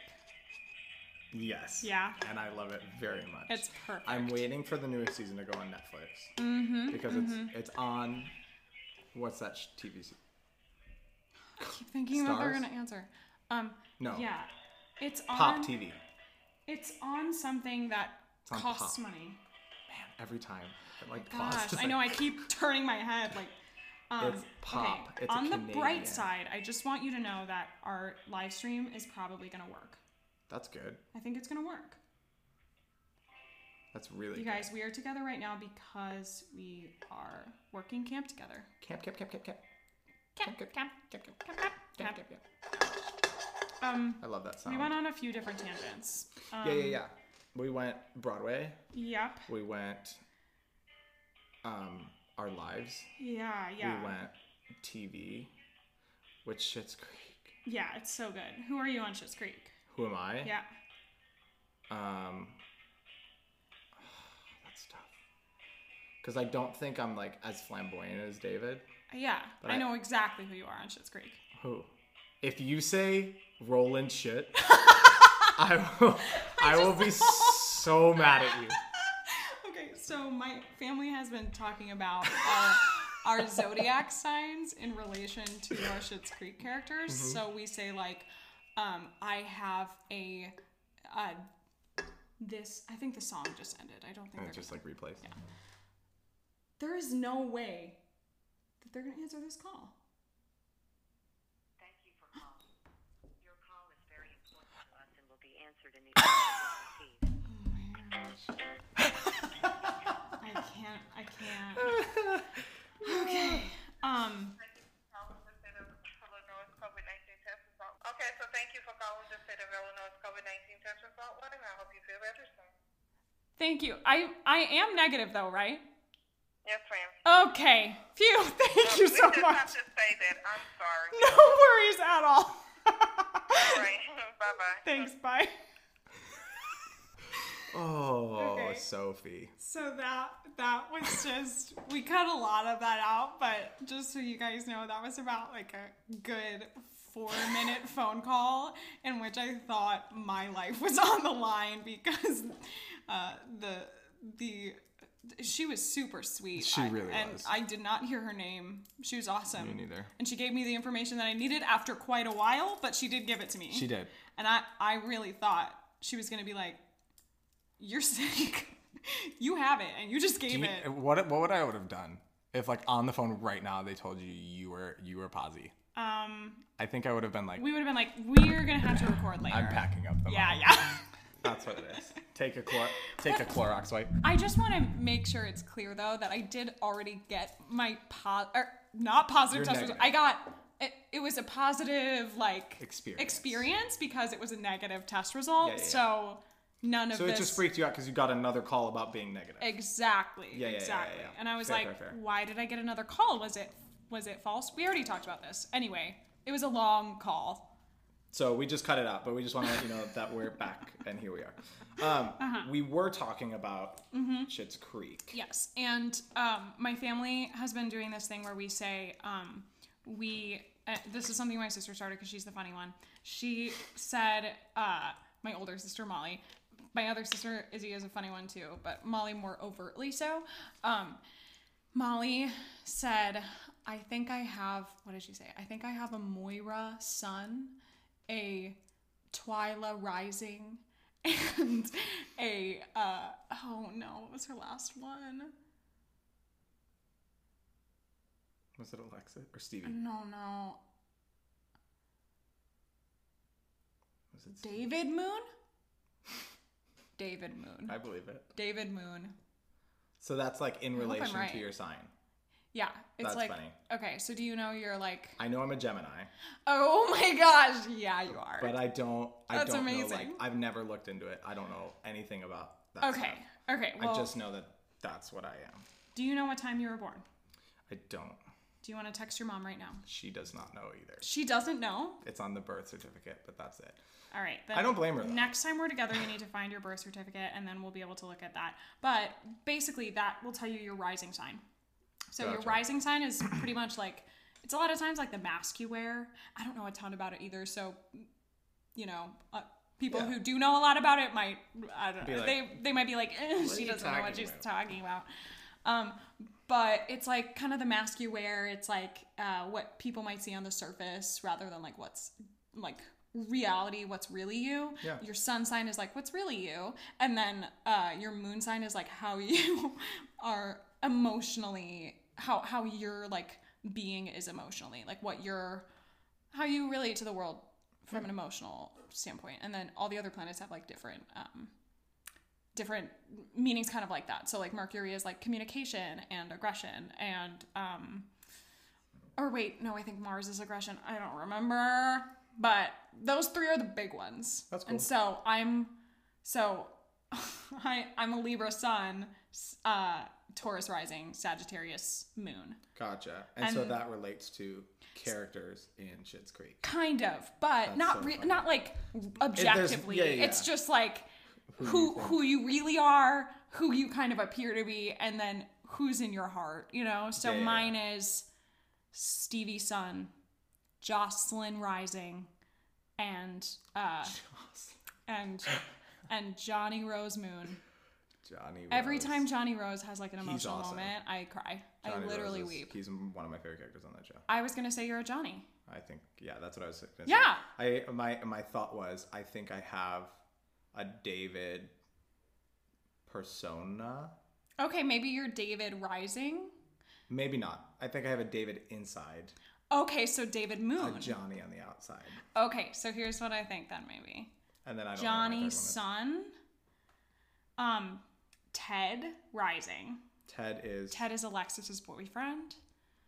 Speaker 3: Yes.
Speaker 1: Yeah.
Speaker 3: And I love it very much.
Speaker 1: It's perfect.
Speaker 3: I'm waiting for the newest season to go on Netflix mm-hmm, because it's it's on. What's that sh- TV? se-
Speaker 1: keep thinking that they're
Speaker 3: Stars?
Speaker 1: gonna answer. Um,
Speaker 3: No.
Speaker 1: yeah, it's on
Speaker 3: Pop TV.
Speaker 1: It's on something that
Speaker 3: It's on
Speaker 1: costs
Speaker 3: Pop.
Speaker 1: money.
Speaker 3: Every time. It, like
Speaker 1: Gosh,
Speaker 3: paused,
Speaker 1: I know. I keep turning my head like. Um,
Speaker 3: It's Pop.
Speaker 1: okay,
Speaker 3: It's a
Speaker 1: on the
Speaker 3: Canadian.
Speaker 1: bright side, I just want you to know that our live stream is probably gonna work.
Speaker 3: That's good.
Speaker 1: I think it's gonna work.
Speaker 3: That's really
Speaker 1: You guys, we are together right now because we are working camp together.
Speaker 3: good. Camp, camp, camp, camp, camp.
Speaker 1: Camp, camp, camp, camp, camp, camp, camp. Um,
Speaker 3: I love that song.
Speaker 1: we went on a few different tangents. Um,
Speaker 3: yeah, yeah, yeah. We went Broadway.
Speaker 1: Yep.
Speaker 3: We went um our lives.
Speaker 1: Yeah, yeah.
Speaker 3: We went TV, which Shit's Creek.
Speaker 1: Yeah, it's so good. Who are you on Schitt's Creek?
Speaker 3: Who am I?
Speaker 1: Yeah.
Speaker 3: Um, that's tough. Because I don't think I'm like as flamboyant as David.
Speaker 1: Yeah.
Speaker 3: But
Speaker 1: I,
Speaker 3: I-
Speaker 1: know exactly who you are on Schitt's Creek.
Speaker 3: Who? If you say Roland shit, I will. I, will be so mad at you.
Speaker 1: Okay, so my family has been talking about our, our zodiac signs in relation to our Schitt's Creek characters. So we say like, um, I have a, uh, this. I think the song just ended. I don't think
Speaker 3: And
Speaker 1: they're
Speaker 3: it's just like replaced.
Speaker 1: there is no way that they're gonna answer this call.
Speaker 2: Thank you for calling. Your call is very important to us and will be answered in the order received.
Speaker 1: Oh my gosh. I can't. I can't. Okay. Um.
Speaker 4: Okay, so thank you for calling the state of Illinois COVID 19 test result line. I hope you feel better soon.
Speaker 1: Thank you. I I am negative though, right?
Speaker 4: Yes, ma'am.
Speaker 1: Okay. Phew. Thank you so
Speaker 4: we just
Speaker 1: much.
Speaker 4: have to say that. I'm sorry.
Speaker 1: No worries at all.
Speaker 4: All right. bye bye.
Speaker 1: Thanks. Bye.
Speaker 3: Oh,
Speaker 1: Okay.
Speaker 3: Sophie.
Speaker 1: So that that was just we cut a lot of that out, but just so you guys know, that was about like a good four minute phone call in which I thought my life was on the line because uh, the the she was super sweet.
Speaker 3: She
Speaker 1: I-
Speaker 3: really
Speaker 1: and
Speaker 3: was.
Speaker 1: I did not hear her name. She was awesome.
Speaker 3: Me neither.
Speaker 1: And she gave me the information that I needed after quite a while, but she did give it to me.
Speaker 3: She did.
Speaker 1: And I, I really thought she was going to be like, You're sick. you have it. And you just gave
Speaker 3: Do you- uh,
Speaker 1: it.
Speaker 3: what what would I would have done if like on the phone right now they told you you were you were posy?
Speaker 1: Um,
Speaker 3: I think I would have been like,
Speaker 1: we would have been like, We're going to have to record later.
Speaker 3: I'm packing up the
Speaker 1: Yeah,
Speaker 3: mom."
Speaker 1: yeah.
Speaker 3: That's what it is. Take a chlor- take a Clorox wipe.
Speaker 1: I just want to make sure it's clear, though, that I did already get my po- or not positive
Speaker 3: Your
Speaker 1: test result.
Speaker 3: negative.
Speaker 1: I got. It, it was a positive like
Speaker 3: Experience.
Speaker 1: experience because it was a negative test result.
Speaker 3: Yeah, yeah, yeah.
Speaker 1: So none of
Speaker 3: So
Speaker 1: this.
Speaker 3: it just freaked you out because you got another call about being negative.
Speaker 1: Exactly.
Speaker 3: Yeah, yeah, yeah, yeah,
Speaker 1: exactly.
Speaker 3: yeah.
Speaker 1: And I was
Speaker 3: Fair,
Speaker 1: like,
Speaker 3: fair, fair.
Speaker 1: why did I get another call? Was it was it false? We already talked about this. Anyway, it was a long call.
Speaker 3: So we just cut it out, but we just want to let you know that we're back and here we are. Um,
Speaker 1: Uh-huh.
Speaker 3: We were talking about
Speaker 1: Mm-hmm.
Speaker 3: Schitt's Creek.
Speaker 1: Yes. And um, my family has been doing this thing where we say um, we uh, this is something my sister started because she's the funny one. She said uh, my older sister Molly. My other sister Izzy is a funny one too, but Molly more overtly so. Um, Molly said, I think I have, what did she say? I think I have a Moira sun, a Twyla rising, and a, uh, oh no, what was her last one?
Speaker 3: Was it Alexa or Stevie?
Speaker 1: No, no.
Speaker 3: Was it Stevie?
Speaker 1: David Moon? David Moon.
Speaker 3: I believe it.
Speaker 1: David Moon.
Speaker 3: So that's like in
Speaker 1: hope I'm
Speaker 3: relation
Speaker 1: right.
Speaker 3: to your sign.
Speaker 1: Yeah, it's
Speaker 3: That's
Speaker 1: like,
Speaker 3: funny.
Speaker 1: okay, so do you know you're like,
Speaker 3: I know I'm a Gemini,
Speaker 1: oh my gosh, yeah, you are.
Speaker 3: but I don't. I
Speaker 1: That's
Speaker 3: don't know. Like
Speaker 1: amazing.
Speaker 3: I've never looked into it. I don't know anything about that.
Speaker 1: okay,
Speaker 3: stuff.
Speaker 1: okay, well,
Speaker 3: I just know that that's what I am.
Speaker 1: do you know what time you were born?
Speaker 3: I don't.
Speaker 1: Do you want to text your mom right now?
Speaker 3: She does not know either.
Speaker 1: She doesn't know.
Speaker 3: It's on the birth certificate, but that's it.
Speaker 1: All right. Then
Speaker 3: I don't blame her, though.
Speaker 1: Next time we're together, you need to find your birth certificate, and then we'll be able to look at that. But basically, that will tell you your rising sign. So your
Speaker 3: Gotcha.
Speaker 1: rising sign is pretty much like it's a lot of times like the mask you wear. I don't know a ton about it either, so you know. Uh, People
Speaker 3: Yeah.
Speaker 1: who do know a lot about it might, I don't
Speaker 3: Be
Speaker 1: know,
Speaker 3: like,
Speaker 1: they, they might be like, "Eh,
Speaker 3: "What are
Speaker 1: she
Speaker 3: you
Speaker 1: doesn't know
Speaker 3: talking
Speaker 1: what she's
Speaker 3: about?"
Speaker 1: talking about. Um, but it's like kind of the mask you wear. It's like uh, what people might see on the surface rather than like what's like reality, what's really you.
Speaker 3: Yeah.
Speaker 1: Your sun sign is like what's really you, and then uh, your moon sign is like how you are emotionally, how how your like being is emotionally, like what your how you relate to the world from an emotional standpoint. And then all the other planets have like different um, different meanings kind of like that. So like Mercury is like communication and aggression and um or wait, no, I think Mars is aggression. I don't remember. But those three are the big ones.
Speaker 3: That's cool.
Speaker 1: And so I'm so I I'm a Libra sun, s- uh Taurus rising, Sagittarius moon.
Speaker 3: Gotcha. And, so
Speaker 1: And-
Speaker 3: that relates to characters in Schitt's Creek.
Speaker 1: Kind of, but not
Speaker 3: so
Speaker 1: re-
Speaker 3: funny.
Speaker 1: not like objectively.
Speaker 3: yeah, yeah,
Speaker 1: It's
Speaker 3: yeah.
Speaker 1: just like who who you really are, who you kind of appear to be, and then who's in your heart. You know. So
Speaker 3: Yeah, yeah, yeah.
Speaker 1: mine is Stevie Sun, Jocelyn Rising, and uh, and and Johnny Rose Moon.
Speaker 3: Johnny.
Speaker 1: Every
Speaker 3: Rose.
Speaker 1: time Johnny Rose has like an
Speaker 3: He's
Speaker 1: emotional
Speaker 3: awesome.
Speaker 1: moment, I cry.
Speaker 3: Johnny
Speaker 1: I
Speaker 3: Rose
Speaker 1: literally
Speaker 3: is-
Speaker 1: weep.
Speaker 3: He's one of my favorite characters on that show.
Speaker 1: I was gonna say you're a Johnny.
Speaker 3: I think yeah, that's what I was. Gonna
Speaker 1: Yeah.
Speaker 3: Say. I my my thought was I think I have a David persona.
Speaker 1: Okay, maybe you're David Rising.
Speaker 3: Maybe not. I think I have a David inside,
Speaker 1: Okay, so David
Speaker 3: a
Speaker 1: Moon.
Speaker 3: Johnny on the outside,
Speaker 1: okay, so here's what I think then maybe
Speaker 3: and then I don't know
Speaker 1: Johnny's
Speaker 3: what
Speaker 1: son. Um, Ted Rising.
Speaker 3: my third one is. Ted is
Speaker 1: Ted is Alexis's boyfriend.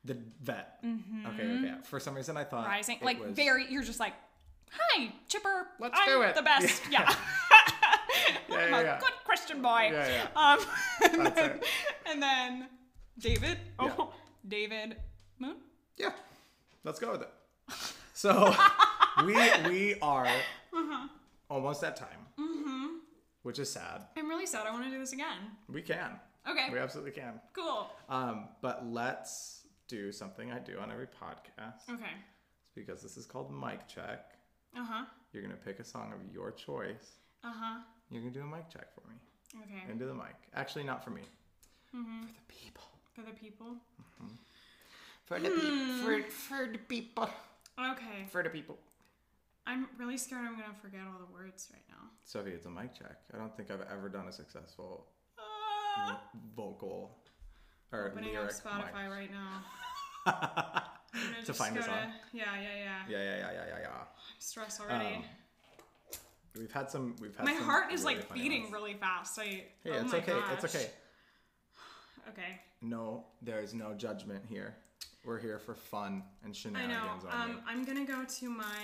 Speaker 3: the vet. Okay, okay. For some reason I thought
Speaker 1: Mm-hmm. Rising,
Speaker 3: Uh, it
Speaker 1: like
Speaker 3: was-
Speaker 1: very. You're just like, hi, Chipper.
Speaker 3: Let's
Speaker 1: I'm
Speaker 3: do it."
Speaker 1: The best. Yeah.
Speaker 3: yeah,
Speaker 1: I'm a
Speaker 3: yeah.
Speaker 1: good Christian boy.
Speaker 3: Yeah,
Speaker 1: Um, and,
Speaker 3: That's
Speaker 1: then,
Speaker 3: it.
Speaker 1: and then David.
Speaker 3: Yeah.
Speaker 1: Oh, David Moon.
Speaker 3: Yeah, let's go with it. So we we are
Speaker 1: Uh-huh.
Speaker 3: almost at time, mm-hmm. which is sad.
Speaker 1: I'm really sad. I want to do this again.
Speaker 3: We can,
Speaker 1: Okay.
Speaker 3: we absolutely can.
Speaker 1: Cool.
Speaker 3: Um, but let's do something I do on every podcast
Speaker 1: Okay.
Speaker 3: because this is called mic check.
Speaker 1: Uh huh.
Speaker 3: You're gonna pick a song of your choice.
Speaker 1: Uh huh.
Speaker 3: You're gonna do a mic check for me
Speaker 1: Okay.
Speaker 3: into the mic. Actually, not for me.
Speaker 1: Mm-hmm.
Speaker 3: For the people.
Speaker 1: For the people.
Speaker 3: For the
Speaker 1: Hmm.
Speaker 3: people. For, for the people.
Speaker 1: Okay.
Speaker 3: For the people.
Speaker 1: I'm really scared. I'm gonna forget all the words right now.
Speaker 3: Sophie, it's a mic check. I don't think I've ever done a successful
Speaker 1: Uh,
Speaker 3: vocal or
Speaker 1: opening up
Speaker 3: Ah. lyric
Speaker 1: Spotify right now.
Speaker 3: mic.
Speaker 1: I'm gonna
Speaker 3: To
Speaker 1: just
Speaker 3: find
Speaker 1: go
Speaker 3: us
Speaker 1: to-
Speaker 3: on.
Speaker 1: Yeah, yeah, yeah.
Speaker 3: yeah, yeah, yeah, yeah, yeah, yeah.
Speaker 1: Stress already.
Speaker 3: Um, We've had some. We've had.
Speaker 1: my
Speaker 3: some
Speaker 1: heart is
Speaker 3: really
Speaker 1: like
Speaker 3: funny
Speaker 1: beating
Speaker 3: ones.
Speaker 1: really fast. I,
Speaker 3: Hey,
Speaker 1: oh
Speaker 3: it's
Speaker 1: my
Speaker 3: okay.
Speaker 1: gosh.
Speaker 3: It's okay.
Speaker 1: Okay.
Speaker 3: No, there is no judgment here. We're here for fun and
Speaker 1: I
Speaker 3: shenanigans
Speaker 1: know.
Speaker 3: only.
Speaker 1: Um, I'm gonna go to my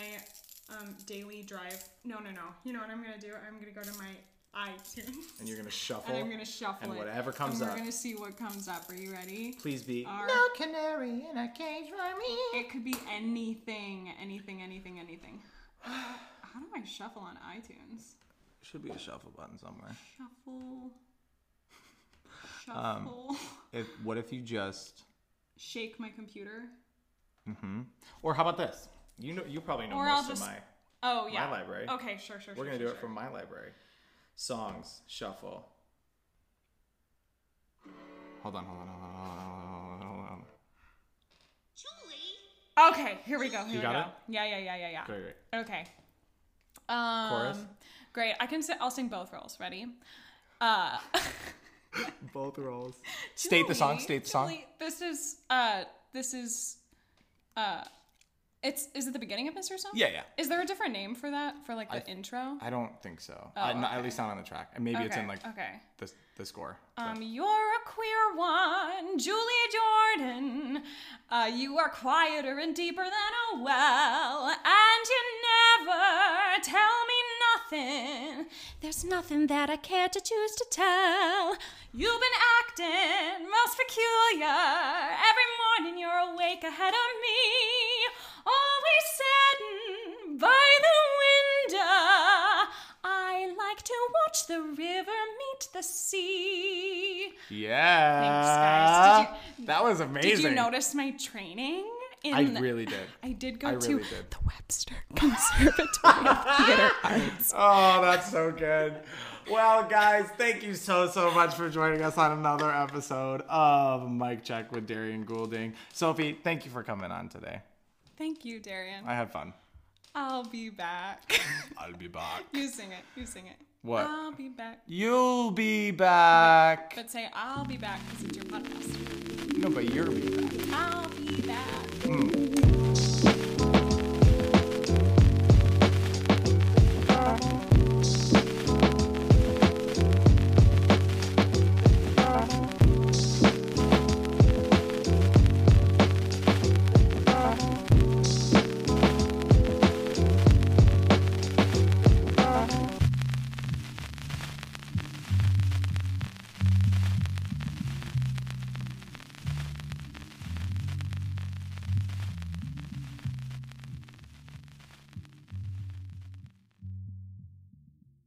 Speaker 1: um, daily drive. No, no, no. You know what I'm gonna do? I'm gonna go to my iTunes.
Speaker 3: and you're gonna shuffle.
Speaker 1: And I'm gonna shuffle
Speaker 3: and
Speaker 1: it.
Speaker 3: whatever comes
Speaker 1: and
Speaker 3: up.
Speaker 1: We're gonna see what comes up. Are you ready?
Speaker 3: Please be.
Speaker 1: Our-
Speaker 3: canary in a cage for me.
Speaker 1: It could be anything, anything, anything, anything. Uh, How do I shuffle on iTunes?
Speaker 3: Should be a shuffle button somewhere.
Speaker 1: Shuffle.
Speaker 3: Um,
Speaker 1: Shuffle.
Speaker 3: If what if you just? mm-hmm.
Speaker 1: Shake my computer.
Speaker 3: Or how about this? You know, you probably know
Speaker 1: Or I'll
Speaker 3: most
Speaker 1: just-
Speaker 3: of my.
Speaker 1: Oh yeah.
Speaker 3: library.
Speaker 1: Okay, sure, sure.
Speaker 3: We're
Speaker 1: sure,
Speaker 3: gonna do
Speaker 1: sure,
Speaker 3: it from my library. Songs shuffle. Hold on, hold on, hold on, hold on, hold on, hold on.
Speaker 1: sure. Okay, here we go. Here we
Speaker 3: got
Speaker 1: go. Yeah, yeah, yeah, yeah, yeah.
Speaker 3: Great, great.
Speaker 1: Okay. Um,
Speaker 3: Chorus?
Speaker 1: Great. I can. Sit, I'll sing both roles. Ready? Uh,
Speaker 3: Both roles. State the song.
Speaker 1: Julie,
Speaker 3: State the song.
Speaker 1: Julie, This is. Uh, this is. Uh, it's. Is it the beginning of Mr. Song?
Speaker 3: Yeah, yeah.
Speaker 1: Is there a different name for that? For like the intro?
Speaker 3: I don't think so. I, not, at least not on the track. And Maybe it's
Speaker 1: Oh, okay.
Speaker 3: in like
Speaker 1: okay.
Speaker 3: the, the score.
Speaker 1: Um, you're a queer one, Julia Jordan. Uh, you are quieter and deeper than a well, and you never tell me nothing. There's nothing that I care to choose to tell. You've been acting most peculiar. Every morning you're awake ahead of me, always saddened by the window. I like to watch the river meet the sea.
Speaker 3: yeah.
Speaker 1: guys. Did you-
Speaker 3: that was amazing.
Speaker 1: Did you notice my training? In
Speaker 3: I really did.
Speaker 1: I did go
Speaker 3: I
Speaker 1: to
Speaker 3: really did.
Speaker 1: the Webster Conservatory of Theater Arts.
Speaker 3: Oh, that's so good. Well, guys, thank you so, so much for joining us on another episode of Mike Check with Darian Goulding. Sophie, thank you for coming on today.
Speaker 1: Thank you, Darian.
Speaker 3: I had fun.
Speaker 1: I'll be back.
Speaker 3: I'll be back.
Speaker 1: you sing it. You sing it.
Speaker 3: What?
Speaker 1: I'll be back.
Speaker 3: You'll be back.
Speaker 1: But say I'll be back because it's your podcast.
Speaker 3: No, but you're be back.
Speaker 1: I'll be back.